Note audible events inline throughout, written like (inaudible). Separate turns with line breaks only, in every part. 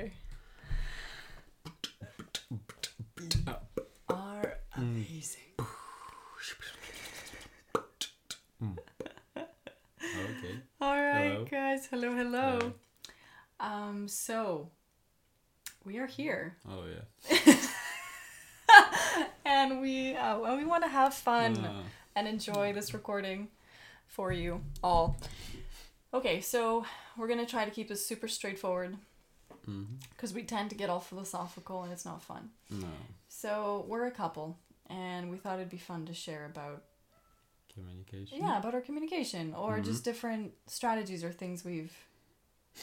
Mm.
Oh,
Hello, hello. Um, so we are here,
Oh yeah.
and we uh, well, we want to have fun
Uh,
and enjoy this recording for you all. Okay, so we're gonna try to keep this super straightforward
mhm.
because we tend to get all philosophical and it's not fun.
No.
So we're a couple, and we thought it'd be fun to share about
Communication.
yeah about our communication or
Mm-hmm.
just different strategies or things we've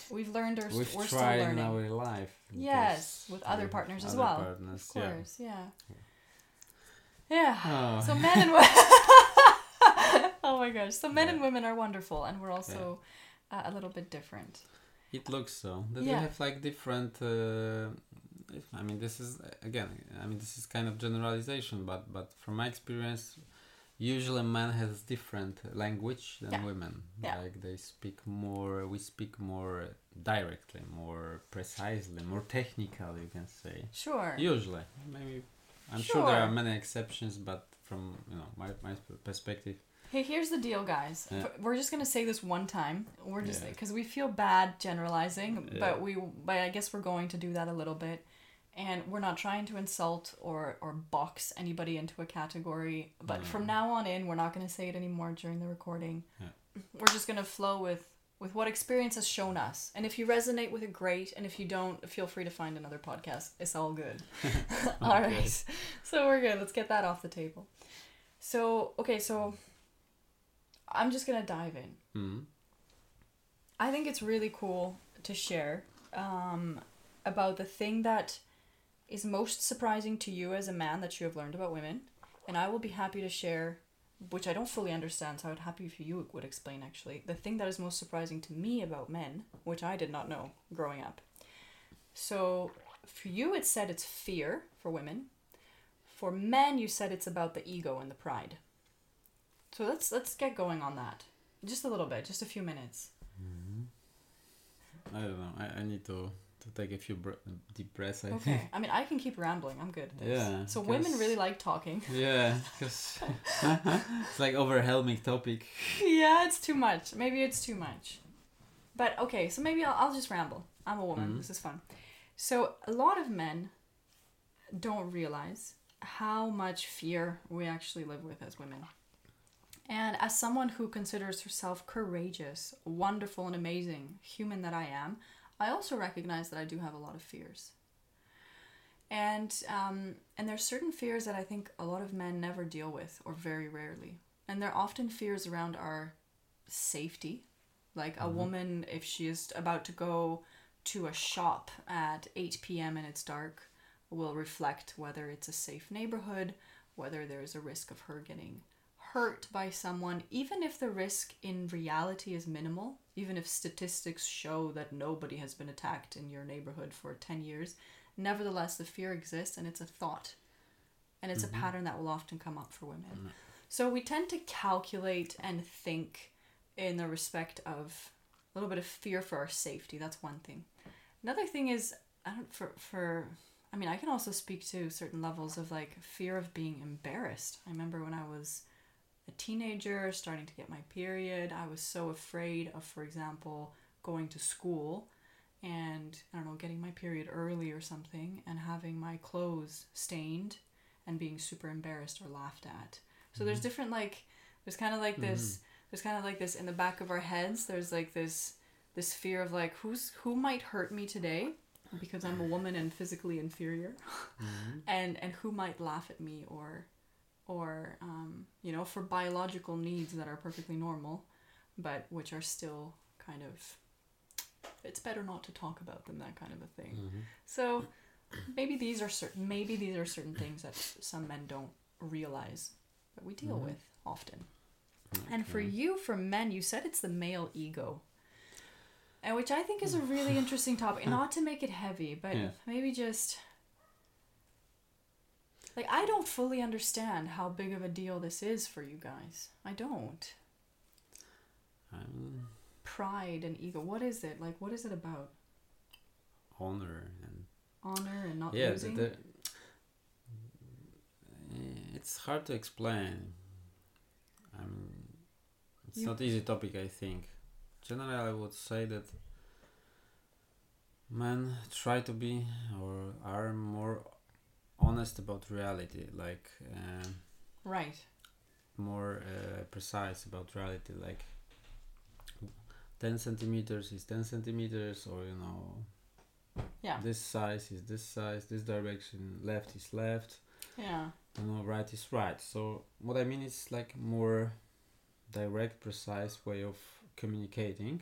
we've learned or
We've
we're still
tried in
learning.
our life.
Yes,
because
with
we
other
have
partners as
other
well.
partners,
Of
yeah.
course, yeah. Yeah.
Oh.
So men and women. (laughs) oh my gosh. So men and
Yeah.
women are wonderful, and we're also uh, a little bit different.
It looks so that
Yeah.
we have like different. Uh, if- I mean, this is again. I mean, this is kind of generalization, but but from my experience, usually man has different language than
Yeah.
women.
Yeah.
Like they speak more. We speak more directly, more precisely, more technical. You can say.
Sure.
Usually, maybe. I'm sure. there are
Sure.
many exceptions, but from you know my my p- perspective,
Hey, here's the deal, guys.
Yeah.
F- We're just gonna say this one time. We're just
Yeah.
because we feel bad generalizing,
Yeah.
but we, but I guess we're going to do that a little bit, and we're not trying to insult or or box anybody into a category. But from now on in, we're not gonna say it anymore during the recording.
Yeah.
We're just gonna flow with with what experience has shown us, and if you resonate with it, great. And if you don't, feel free to find another podcast. It's all good. (laughs) all
Okay.
right. So we're good. Let's get that off the table. So okay, so I'm just gonna dive in.
mm,
I think it's really cool to share um, about the thing that is most surprising to you as a man that you have learned about women, and I will be happy to share, which I don't fully understand. So I would happy if you would explain actually the thing that is most surprising to me about men, which I did not know growing up. So for you, it said it's fear for women. For men, you said it's about the ego and the pride. So let's let's get going on that. Just a little bit, just a few minutes.
I don't know. I, I need to to take a few br- deep breaths. I think. (laughs)
Okay. (laughs) I mean, I can keep rambling. I'm good at this.
Yeah,
So
because-
women really like talking.
Yeah, because (laughs) it's like overwhelming
(laughs)
topic.
yeah, it's too much. Maybe it's too much. But okay, so maybe I'll, I'll just ramble. I'm a woman. This is fun. So a lot of men don't realize how much fear we actually live with as women. And as someone who considers herself courageous, wonderful, and amazing human that I am, I also recognize that I do have a lot of fears. And um, and there's certain fears that I think a lot of men never deal with or very rarely. And they're often fears around our safety. Like a woman, if she is about to go to a shop at 8 p.m. and it's dark, will reflect whether it's a safe neighborhood, whether there's a risk of her getting hurt by someone, even if the risk in reality is minimal, even if statistics show that nobody has been attacked in your neighborhood for 10 years, nevertheless, the fear exists and it's a thought. And it's a pattern that will often come up for women. So we tend to calculate and think in the respect of a little bit of fear for our safety. That's one thing. Another thing is, I don't for for. I mean, I can also speak to certain levels of like fear of being embarrassed. I remember when I was a teenager, starting to get my period, I was so afraid of, for example, going to school and I don't know, getting my period early or something and having my clothes stained and being super embarrassed or laughed at. So there's different like there's kind of like this there's kind of like this in the back of our heads there's like this this fear of like who's who might hurt me today because I'm a woman and physically inferior
Mm-hmm.
and and who might laugh at me or or um, you know for biological needs that are perfectly normal but which are still kind of it's better not to talk about them that kind of a
Mm.
thing
Mm-hmm.
so maybe these are certain maybe these are certain things that some men don't realize that we deal with often and for you for men you said it's the male ego and which i think is a
(sighs)
really interesting topic not to make it heavy but
Yeah.
maybe just like i don't fully understand how big of a deal this is for you guys i don't
I'm
pride and ego what is it like what is it about
honor and
honor and not
yeah, the,
losing
the, Eh, it's hard to explain. I mean, it's
You-
not easy topic. I think generally, I would say that men try to be or are more honest about reality, like um
Right.
more uh, precise about reality, like ten centimeters is ten centimeters, or you know,
Yeah.
this size is this size, this direction, left is left.
Yeah.
you know right is right so what i mean is like more direct precise way of communicating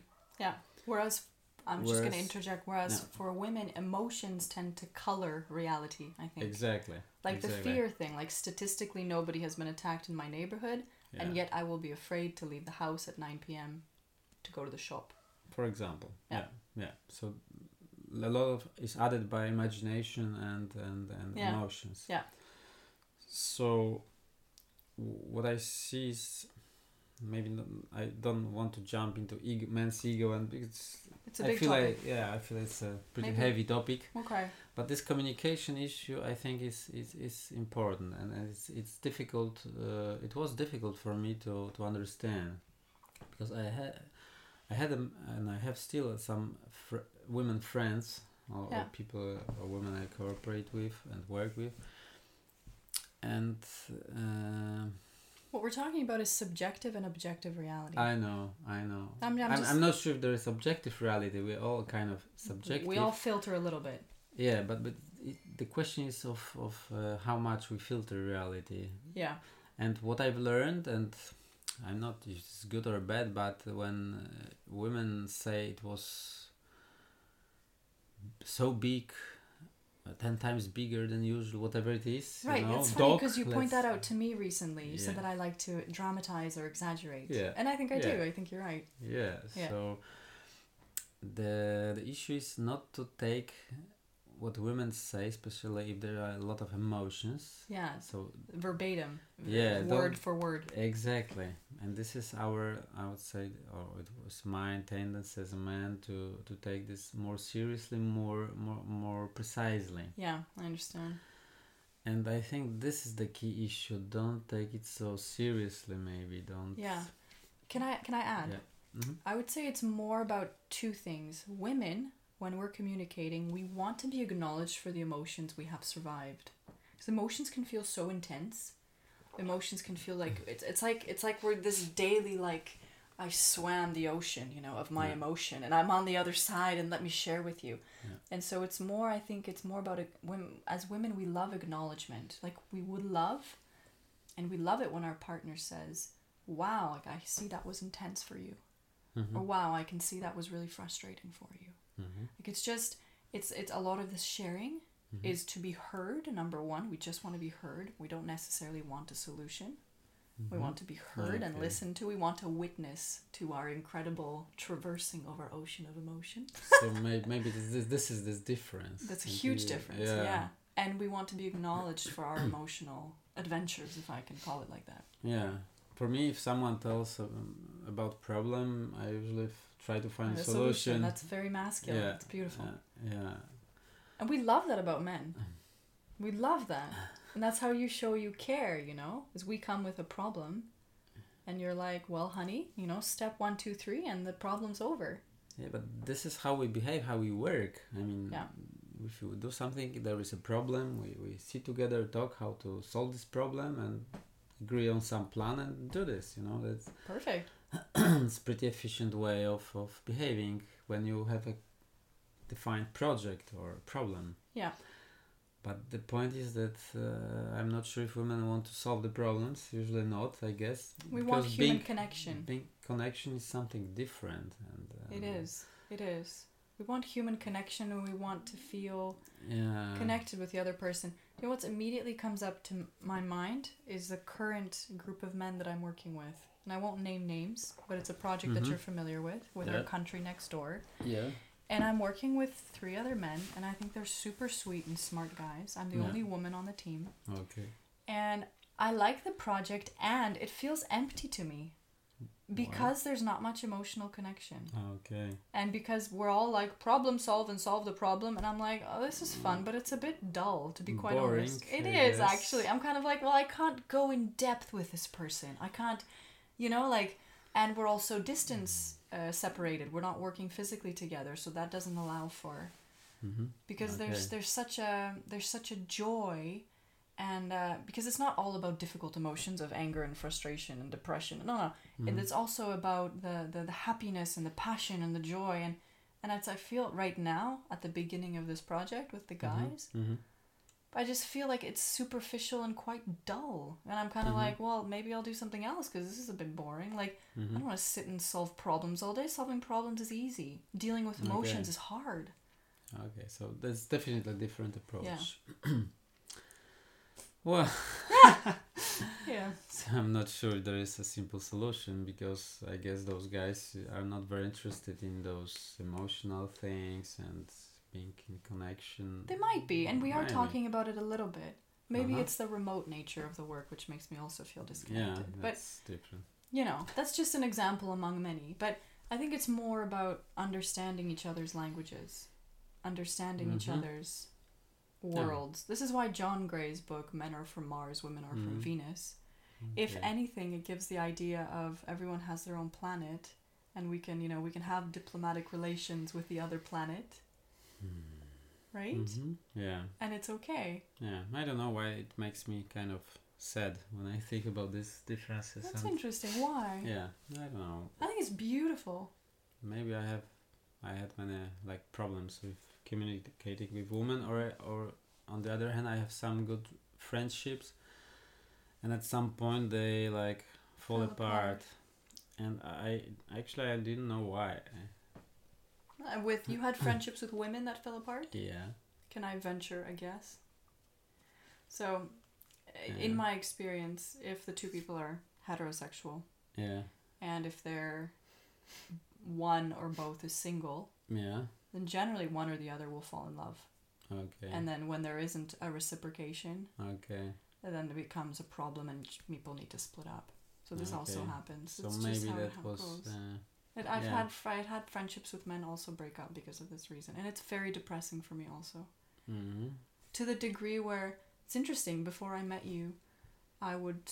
Whereas I'm just going to
Whereas-
interject. Whereas
no.
for women, emotions tend to color reality. I think.
exactly
Like the
exactly.
fear thing. Like statistically, nobody has been attacked in my neighborhood,
yeah.
and yet I will be afraid to leave the house at 9 p.m. to go to the shop.
for example yeah
Yeah.
yeah, so a lot of is added by imagination and and, and
Yeah.
emotions
Yeah.
so w- what i see is maybe not, i don't want to jump into ego, men's ego and it's,
It's a
i
big
feel
topic.
like yeah i feel it's a pretty
Maybe-
heavy topic
Okay.
but this communication issue i think is is, is important and and it's it's difficult uh, it was difficult for me to to understand because i had i had a, and i have still some fr- women friends or,
Yeah.
or people or women i cooperate with and work with and um
What we're talking about is subjective and objective reality.
i know i know
I'm- I'm just-
I'm not sure if there is objective reality we're all kind of subjective
We all filter a little bit.
Yeah, but but it, the question is of of uh, how much we filter reality,
Yeah.
and what I've learned, and I'm not if it's good or bad, but when uh, women say it was so big, uh, ten times bigger than usual, whatever it is,
Right,
you know,
it's funny
dog,
because you point
let's-
that out to me recently. You said
Yeah.
that I like to dramatize or exaggerate.
Yeah.
And I think I
Yeah.
do. I think you're right.
Yeah,
Yeah.
so the the issue is not to take what women say, especially if there are a lot of emotions.
Yeah.
So
Verbatim.
Yeah,
Word
don't-
for word.
Exactly, and this is our, I would say, or it was my tendency as a man to to take this more seriously, more more more precisely.
Yeah, I understand.
And I think this is the key issue. Don't take it so seriously. Maybe don't.
Yeah. Can I can I add?
Yeah. Mhm.
I would say it's more about two things. Women, when we're communicating, we want to be acknowledged for the emotions we have survived. Because emotions can feel so intense. Emotions can feel like it's it's like it's like we're this daily like I swam the ocean, you know, of my
Yeah.
emotion and I'm on the other side and let me share with you.
Yeah.
And so it's more I think it's more about a, when, as women we love acknowledgement. Like we would love and we love it when our partner says, "Wow, like I see that was intense for you."
Mhm.
or Oh, wow i can see that was really frustrating for you
Mhm.
like it's just it's it's a lot of this sharing
Mm-hmm.
is to be heard number one we just want to be heard we don't necessarily want a solution we want to be heard and
Mm-hmm. Okay.
listened to we want a witness to our incredible traversing of our ocean of emotion
so maybe maybe this, this this is this difference.
that's a
And
huge
you-
difference yeah. and we want to be acknowledged for our emotional adventures if i can call it like that
Yeah. For me, if someone tells um, about problem, I usually f- try to find
The
a solution.
that's very masculine
Yeah.
it's beautiful
Uh, yeah.
And we love that about men.
Mm.
We love that. And that's how you show you care, you know? Is we come with a problem and you're like, well, honey, you know, step one, two, three, and the problem's over.
Yeah, but this is how we behave, how we work. I mean,
Yeah.
if you do something, there is a problem, we, we sit together, talk how to solve this problem, and agree on some plan and do this. You know, that's
Perfect.
it's pretty efficient way of, of behaving when you have a defined project or problem.
Yeah.
But the point is that uh, I'm not sure if women want to solve the problems. Usually not, I guess.
We want
because
human
being-
connection.
Being connection is something different, and
It
um,
is. It is. We want human connection and we want to feel
Yeah.
connected with the other person. You know what's immediately comes up to m- my mind is the current group of men that I'm working with. And I won't name names, but it's a project that
Mhm.
you're familiar with, with
Yeah.
our country next door.
Yeah.
And I'm working with three other men, and I think they're super sweet and smart guys. I'm the
Yeah.
only woman on the team.
Okay.
And I like the project, and it feels empty to me because there's not much emotional connection.
Okay.
And because we're all like problem solve and solve the problem, and I'm like, oh, this is fun, but it's a bit dull to be quite
Boring,
honest. It
I
is
guess.
actually. I'm kind of like, well, I can't go in depth with this person. I can't, you know, like, and we're also distance uh, separated. We're not working physically together, so that doesn't allow for
Mm-hmm.
because there's
Okay.
there's such a there's such a joy, and uh, because it's not all about difficult emotions of anger and frustration and depression. No, no,
Mm-hmm.
and it's also about the, the the happiness and the passion and the joy and and as I feel right now at the beginning of this project with the guys.
hmm
I just feel like it's superficial and quite dull. And I'm kind of
Mhm.
like, well, maybe I'll do something else because this is a bit boring. Like, I
hmm
don't want to sit and solve problems all day. Solving problems is easy, dealing with emotions
Okay.
is hard.
Okay, so that's definitely a different approach. (laughs)
Yeah.
well,
Yeah.
I'm not sure there is a simple solution because I guess those guys are not very interested in those emotional things and being in connection.
They might be, and we are
Maybe.
talking about it a little bit. Maybe
Uh-huh.
it's the remote nature of the work which makes me also feel
Yeah,
disconnected. but,
that's different.
you know, that's just an example among many. But I think it's more about understanding each other's languages, understanding each
Mhm.
other's worlds. This is why John Gray's book, Men Are From Mars, Women Are From
Mhm.
Venus, if
Okay.
anything, it gives the idea of everyone has their own planet and we can, you know, we can have diplomatic relations with the other planet,
Hmm.
right?
Mhm. Yeah,
And it's okay.
yeah. I don't know why it makes me kind of sad when I (laughs) think about these differences.
That's
and,
interesting. Why?
yeah, I don't know.
I think it's beautiful.
Maybe I have, I had many like problems with communicating with women, or or on the other hand, I have some good friendships, and at some point they like fall
Fell apart.
apart. and I actually I didn't know why.
Uh, With you
(clears throat)
had friendships with women that fell apart?
Yeah.
Can I venture a guess? So, i
Yeah.
in my experience, if the two people are heterosexual
Yeah.
and if they're one or both is single,
Yeah.
then generally one or the other will fall in love.
Okay.
And then when there isn't a reciprocation,
okay.
then it becomes a problem and sh- people need to split up. So this also
Okay.
happens.
So
it's
maybe
just how it
that
ha-
was.
goes.
Uh,
And I've
yeah.
had fr- I've had friendships with men also break up because of this reason, and it's very depressing for me also.
mhm.
To the degree where it's interesting. Before I met you, I would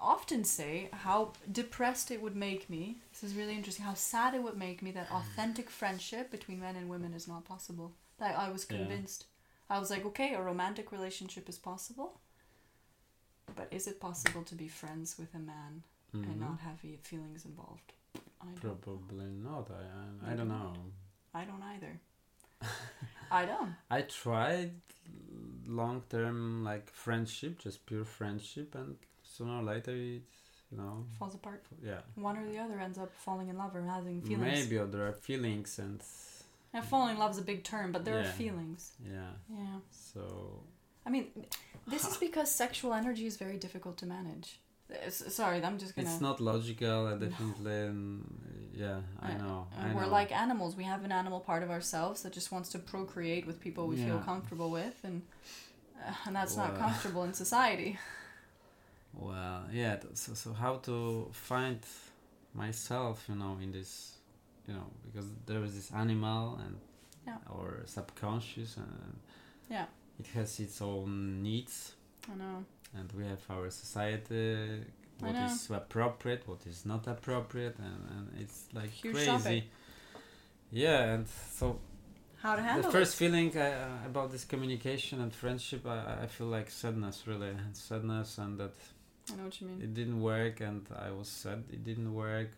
often say how depressed it would make me. This is really interesting. How sad it would make me
Hmm.
that authentic friendship between men and women is not possible. That I was
Yeah.
convinced. I was like, okay, a romantic relationship is possible, but is it possible to be friends with a man
Mhm.
and not have e- feelings involved? I don't.
Probably not. I I, I
Maybe
don't
not.
know.
I don't either. (laughs) I don't.
I tried long term like friendship, just pure friendship, and sooner or later it, you know,
Falls apart.
yeah.
One or the other ends up falling in love or having feelings.
Maybe or there are feelings and
Now, falling in love is a big term, but there are
Yeah.
feelings.
yeah.
Yeah.
So
I mean, this
(laughs)
is because sexual energy is very difficult to manage. Uh, s- sorry, I'm just gonna.
it's not logical. I
No.
definitely, and, yeah. I
Uh,
know.
uh,
I
we're
know.
like animals. We have an animal part of ourselves that just wants to procreate with people we feel
Yeah.
comfortable with, and uh, and that's not
Well.
comfortable in society.
Well, yeah. th- So, so how to find myself, you know, in this, you know, because there is this animal and
Yeah.
or subconscious and
Yeah.
it has its own needs,
I know.
and we have our society.
I
What
know.
is appropriate? What is not appropriate? And, and it's like
Huge
crazy.
topic.
Yeah, and so
How to
the
handle
first feeling uh, about this communication and friendship, I, I feel like sadness, really, and sadness, and that
it. I know what you mean.
it didn't work and i was sad it didn't work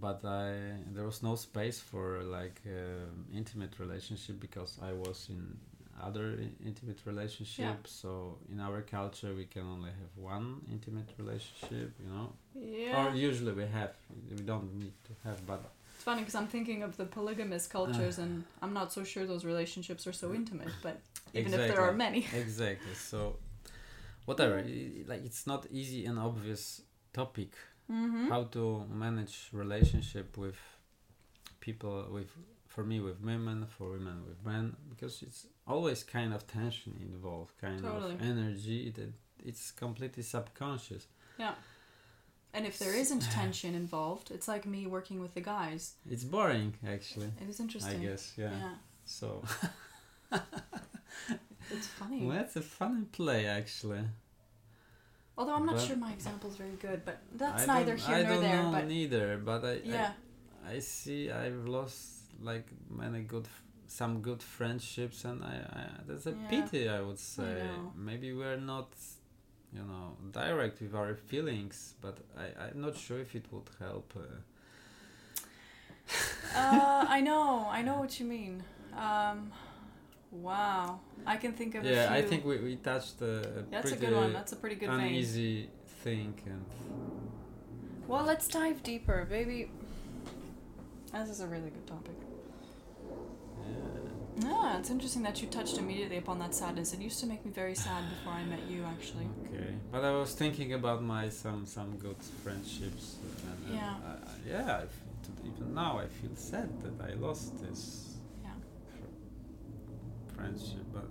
but i there was no space for like um intimate relationship because i was in other i- intimate relationship so in our culture we can only have one intimate relationship you know
Yeah.
or usually we have we don't need to have but
It's funny because I'm thinking of the polygamous
Ah.
cultures, and I'm not so sure those relationships are so intimate.
(laughs)
But even if there are
Mm. Exactly.
many,
exactly so whatever i- i- like it's not easy and obvious topic
mm-hmm.
how to manage relationship with people with for me with women for women with men because it's always kind of tension involved kind
Totally.
of energy that it's completely subconscious
and if there
(sighs)
isn't tension involved, it's like me working with the guys.
it's boring actually
It is
i
interesting.
guess yeah,
yeah.
so
It's funny.
(laughs) well, that's a fun play actually
Although I'm not
But-
sure my example is very good, but
I
that's neither
don't-
here
I
nor
don't
there.
know
But
neither, but I, (laughs)
yeah,
I I see I've lost like many good f- some good friendships, and I, I that's a
Yeah.
pity I would say.
know.
Maybe we're not, you know, direct with our feelings, but I I'm
Oh.
not sure if it would help. Uh,
uh, I know, I know what you mean. Um, wow, I can think of a
yeah,
few.
I think we, we touched a
that's a
pretty
good one. That's a pretty good vein.
uneasy thing, and
Well, let's dive deeper, baby. This is a really good topic.
yeah.
Yeah, Ah, it's interesting that you touched immediately upon that sadness. It used to make me very sad before I met you, actually.
Okay, but I was thinking about my some some good friendships, uh, and, and
Yeah.
I, I- yeah. I feel t- even now, I feel sad that I lost this
Yeah.
fr- friendship. But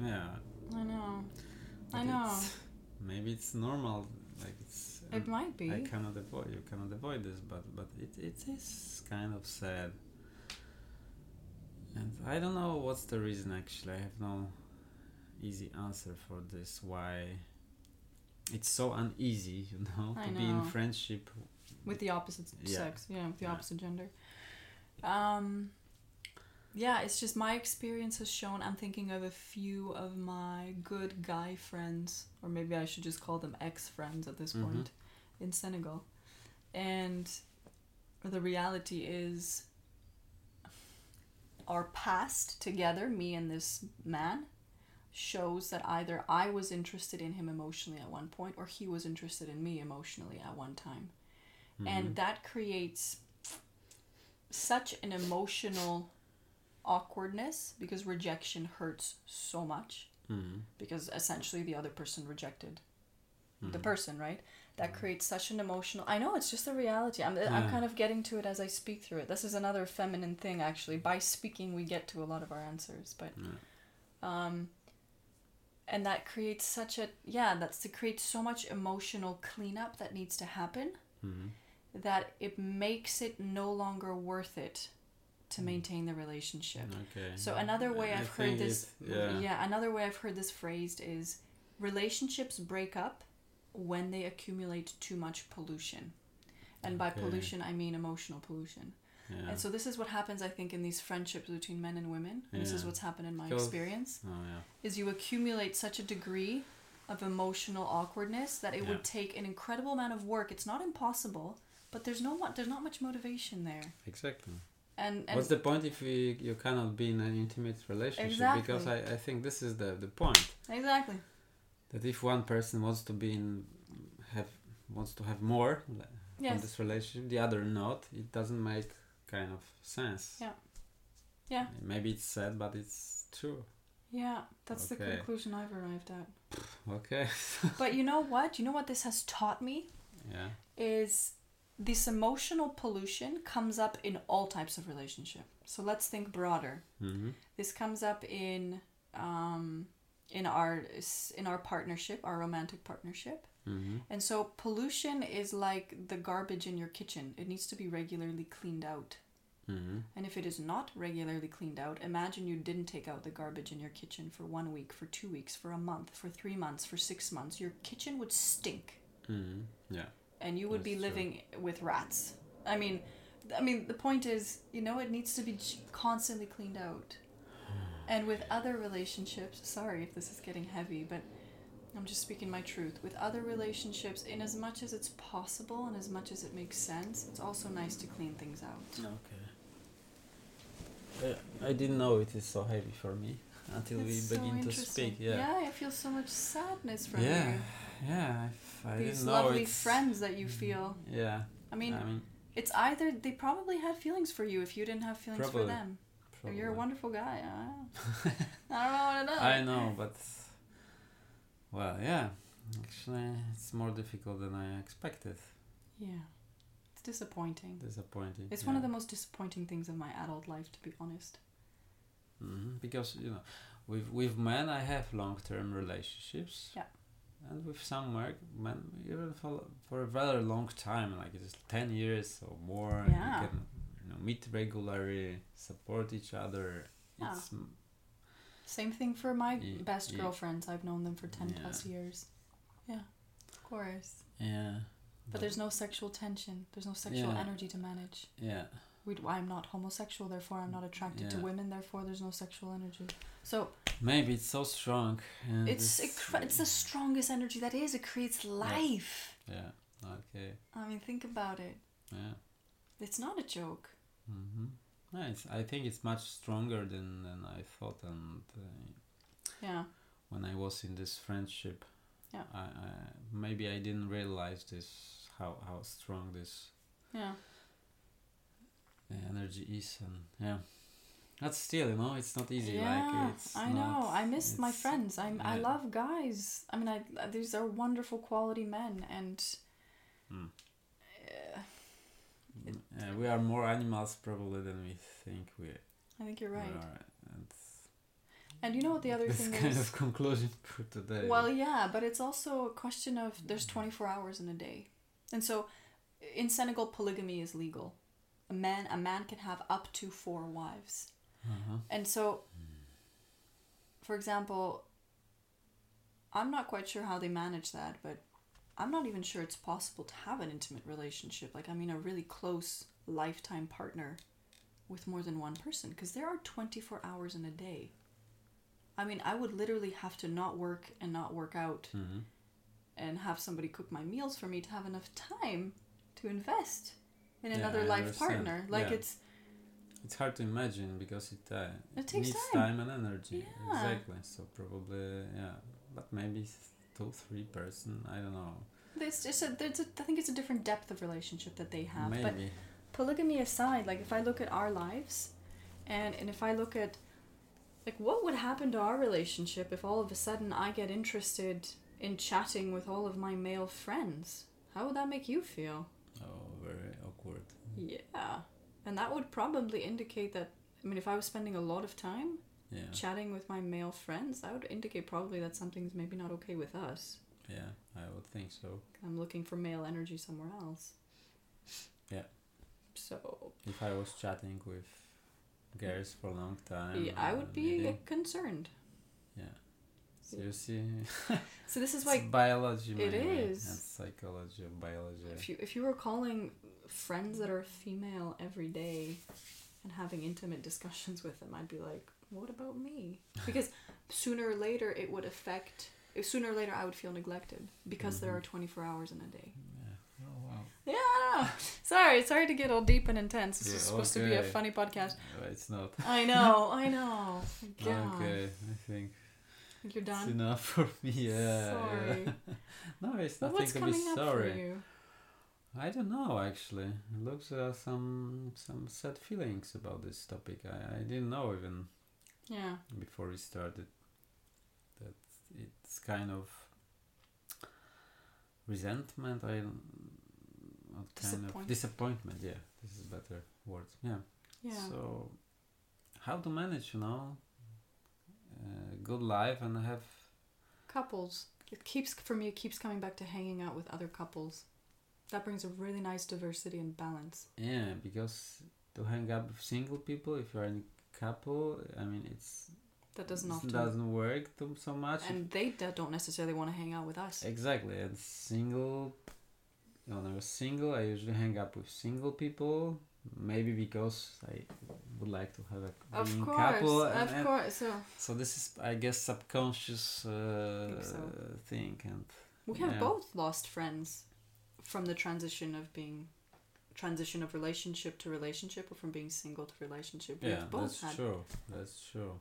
yeah,
I know.
but
I know.
it's- maybe it's normal. Like it's.
It might be.
I cannot avoid. You cannot avoid this, but but it, it is kind of sad. And I don't know what's the reason actually. I have no easy answer for this. Why it's so uneasy, (laughs) you know,
I
to be in
know.
friendship.
with the opposite
Yeah.
sex yeah with the
Yeah.
opposite gender um yeah it's just my experience has shown i'm thinking of a few of my good guy friends or maybe i should just call them ex-friends at this
Mhm.
point in senegal and the reality is our past together me and this man shows that either i was interested in him emotionally at one point or he was interested in me emotionally at one time
Mm-hmm.
and that creates such an emotional awkwardness because rejection hurts so much
Mhm.
because essentially the other person rejected the
Mhm.
person right that creates such an emotional i know it's just the reality I'm, I'm
Yeah.
kind of getting to it as i speak through it this is another feminine thing actually by speaking we get to a lot of our answers but
Yeah.
um and that creates such a yeah that's to create so much emotional cleanup that needs to happen
Mhm.
that it makes it no longer worth it
Mm.
to maintain the relationship.
Okay.
So another way
I
I've heard
think
this
it- yeah.
another way I've heard this phrased is relationships break up when they accumulate too much pollution. And by
Okay.
pollution I mean emotional pollution.
Yeah.
And so this is what happens I think in these friendships between men and women. This is
Yeah.
what's happened in my
Because-
experience
oh yeah.
is you accumulate such a degree of emotional awkwardness that it
Yeah.
would take an incredible amount of work. It's not impossible, but there's no mo- there's not much motivation there.
Exactly.
And, and
What's the point if you, you cannot be in an intimate relationship? Because I, I think this is the, the point
exactly.
that if one person wants to be in have wants to have more like, from
Yes.
this relationship, the other not, it doesn't make kind of sense.
Yeah. Yeah.
Maybe it's sad, but it's true.
Yeah, that's the
Okay.
conclusion I've arrived at.
Okay.
But you know what? You know what this has taught me
yeah.
is this emotional pollution comes up in all types of relationship. So let's think broader.
Mm-hmm.
this comes up in um, in our in our partnership our romantic partnership
Mm-hmm.
and so pollution is like the garbage in your kitchen it needs to be regularly cleaned out
Mm-hmm.
and if it is not regularly cleaned out imagine you didn't take out the garbage in your kitchen for one week for two weeks for a month for three months for six months your kitchen would stink
Mm-hmm. Yeah.
and you would be
That's true.
living with rats i mean th- i mean the point is you know it needs to be j- constantly cleaned
(sighs)
out and with other relationships sorry if this is getting heavy but i'm just speaking my truth with other relationships in as much as it's possible and as much as it makes sense it's also nice to clean things out
Okay. I, I didn't know it is so heavy for me (laughs) until
That's
we
so
begin to
interesting.
speak. Yeah.
i feel so much sadness from
yeah,
you
yeah. if I
these
didn't know
lovely
it's- Mm.
friends that you feel
Yeah,
i mean it's either they probably had feelings for you if you didn't have feelings for
Probably.
them
probably.
You're a wonderful guy. I
(laughs)
don't know. I don't know what it is.
I
(laughs)
know, but well, yeah. Actually, it's more difficult than I expected.
Yeah. It's disappointing.
Disappointing.
It's one of the most disappointing things of my adult life, to be honest.
hmm Because you know, with with men I have long term relationships.
Yeah.
And with some work, men even for for a rather long time, like it's ten years or more. and
Yeah.
You can you know, meet regularly, support each other.
Yeah.
It's m-
Same thing for my
Ye-
best
ye-
girlfriends. I've known them for 10
Yeah.
plus years. course.
Yeah.
But there's no sexual tension. There's no sexual
Yeah.
energy to manage.
yeah.
We, I'm not homosexual, therefore I'm not attracted to
Yeah.
women, therefore there's no sexual energy. So
Maybe it's so strong. and
it's it, cre- it's the strongest energy that is. It creates life.
yeah. Okay.
I mean, think about it.
Yeah.
It's not a joke.
Mm-hmm. Nice. I think it's much stronger than, than I thought, and uh,
Yeah.
when I was in this friendship,
Yeah.
I, I maybe I didn't realize this how how strong this
Yeah.
uh, energy is, and yeah, that's still you know it's not easy.
yeah,
like it's
I know.
not-
I miss my
it's-
friends. I'm. I
yeah.
love guys. I mean, I these are wonderful quality men, and
Mm.
uh,
Mm, yeah, we are more animals probably than we think we,
I think you're right.
we are. And
And you know what the
(laughs)
other
this
thing
kind
is?
of conclusion for today.
Well, yeah, but it's also a question of there's 24 hours in a day, and so in Senegal, polygamy is legal. A man, a man can have up to four wives,
uh-huh.
and so, for example, I'm not quite sure how they manage that, but I'm not even sure it's possible to have an intimate relationship. Like, I mean, a really close lifetime partner with more than one person, because there are 24 hours in a day. I mean, I would literally have to not work and not work out
hmm
and have somebody cook my meals for me to have enough time to invest in
Yeah,
another
I
life
understand.
partner. Like,
Yeah.
it's
It's hard to imagine because it, uh,
It takes
needs
time.
time. and energy.
Yeah.
Exactly. So probably yeah, but maybe s- two, three person. I don't know.
It's just a, there's a, I think it's a different depth of relationship that they have. But
maybe.
polygamy aside, like if I look at our lives, and and if I look at, like what would happen to our relationship if all of a sudden I get interested in chatting with all of my male friends? How would that make you feel?
Oh, very awkward.
Yeah, and that would probably indicate that. I mean, if I was spending a lot of time
Yeah.
chatting with my male friends, that would indicate probably that something's maybe not okay with us.
Yeah. I would think so.
I'm looking for male energy somewhere else.
Yeah.
So
If I was chatting with girls for a long time.
Yeah, I would
and
be
meeting-
concerned.
Yeah. So you see,
So this is
it's
like
biology.
it
maybe,
is.
And psychology of biology.
if you if you were calling friends that are female every day and having intimate discussions with them, I'd be like, what about
(laughs)
me? Because sooner or later it would affect. Sooner or later I would feel neglected because there
Mhm.
are twenty four hours in a day.
yeah. Oh wow.
Yeah, I don't know. sorry, sorry to get all deep and intense. This
Yeah,
is supposed to be a
okay.
funny
(laughs)
podcast.
Well, it's not.
I know, I know. God,
Okay. I think
you're
it's
done.
enough (laughs) for me. Yeah. yeah.
sorry.
(laughs) No, it's
But
nothing
what's
to be
coming up for
sorry.
you?
I don't know actually. It looks uh, some some sad feelings about this topic. I, I didn't know even
Yeah.
before we started that it's kind of resentment. I don't- what kind of
Disappoint-
disappointment. Yeah, this is better word. Yeah.
Yeah.
So how to manage, you know, uh, good life and have
couples. It keeps for me. It keeps coming back to hanging out with other couples. That brings a really nice diversity and balance.
Yeah, because to hang up with single people, if you're in a couple, I mean, it's
That doesn't
it
often.
doesn't work to, so much.
And they d- don't necessarily want to hang out with us.
exactly, and single. When I was single, I usually hang up with single people. Maybe because I would like to have a
Of
being
course,
couple. and-
of
and-
course. So
So this is, I guess, subconscious uh,
Think so.
thing, and
we have
Yeah.
both lost friends from the transition of being transition of relationship to relationship, or from being single to relationship. We've
yeah,
both
that's
had
true. That's true.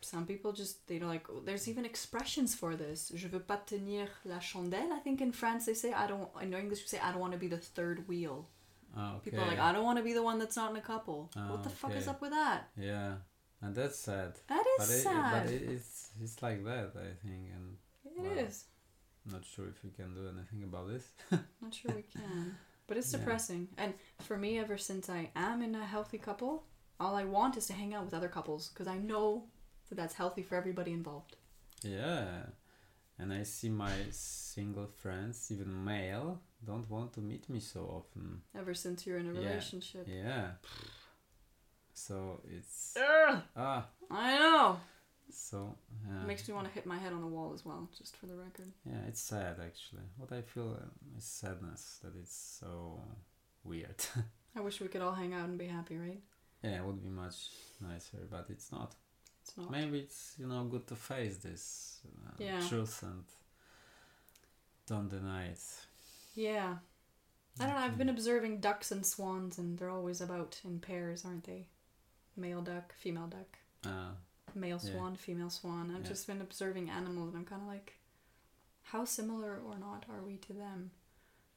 some people just they don't like "Oh, there's even expressions for this je veux pas tenir la chandelle i think in france they say i don't in english we say i don't want to be the third wheel
Ah, okay.
people are like i don't want to be the one that's not in a couple
Ah,
what the fuck is
okay.
up with that
yeah, and that's sad.
that
but
is
it,
sad
but it, it's it's like that I think and
it
wow.
is
not sure if we can do anything about this
not sure we can
(laughs)
but it's
Yeah.
depressing and for me ever since i am in a healthy couple all i want is to hang out with other couples because i know that that's healthy for everybody involved
yeah and I see my single friends even male don't want to meet me so often
ever since you're in a
Yeah.
relationship
yeah so it's
Ugh,
ah
i know
So yeah.
It makes me want to hit my head on a wall as well, just for the record.
Yeah, it's sad actually. What I feel um, is sadness that it's so weird. (laughs)
I wish we could all hang out and be happy, right?
yeah, it would be much nicer, but it's not.
It's not.
Maybe it's you know good to face this uh,
Yeah.
truth and don't deny it.
Yeah. I don't know. I've
Okay.
been observing ducks and swans, and they're always about in pairs, aren't they? Male duck, female duck,
Uh,
male
Yeah.
swan, female swan. I've
Yeah.
just been observing animals, and I'm kind of like, how similar or not are we to them?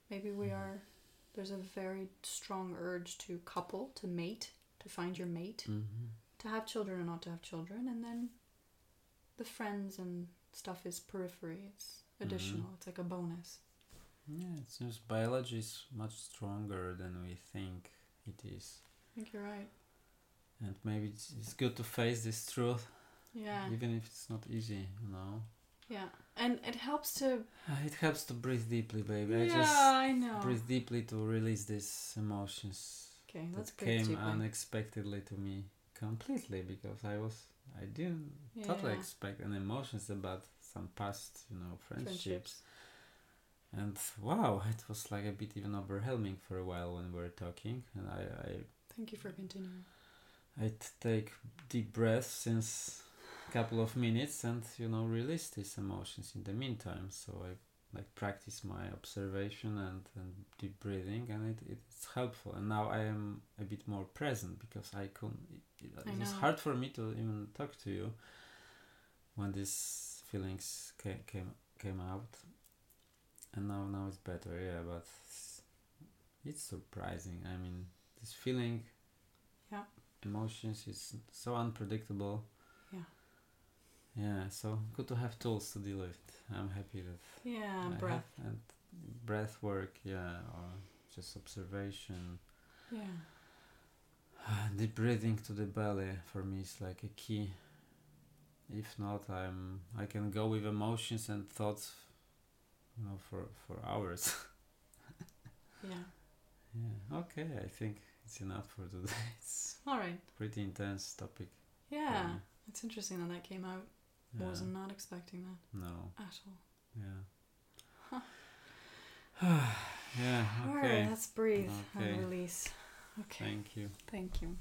Maybe we
Mhm.
are. There's a very strong urge to couple, to mate, to find your mate,
mhm.
to have children or not to have children, and then the friends and stuff is periphery. It's
Mm-hmm.
additional. It's like a bonus.
Yeah, it's just biology is much stronger than we think it is,
I think you're right.
and maybe it's, it's good to face this truth,
Yeah.
even if it's not easy. You know,
Yeah, and it helps to.
Uh, it helps to breathe deeply, baby. I
yeah,
just
I know.
breathe deeply to release these emotions
Okay,
that
let's breathe
came
deeply.
unexpectedly to me completely because I was I didn't totally
Yeah.
expect any emotions about some past you know friendships and wow it was like a bit even overwhelming for a while when we were talking and I I,
Thank you for continuing.
I t- take deep breaths since couple of minutes and you know release these emotions in the meantime so I like practice my observation and, and deep breathing and it, it's helpful and now I am a bit more present because I couldn't it, it
I
was
know.
hard for me to even talk to you when these feelings came came, came out and now now it's better yeah but s- it's surprising I mean this feeling
Yeah.
emotions is so unpredictable
Yeah.
yeah so good to have tools to deal with it. I'm happy that
Yeah,
I
breath.
have- and breath work yeah or just observation (sighs)
Yeah,
deep breathing to the belly for me is like a key if not i'm i can go with emotions and thoughts you know for for hours (laughs)
yeah.
yeah okay i think it's enough for today (laughs) it's
All right.
pretty intense topic
Yeah,
for me.
it's interesting that that came out.
yeah.
Was not expecting that
no
at all.
yeah yeah
All
okay (sighs)
right, let's breathe
Okay.
and release. Okay.
thank you
Thank you.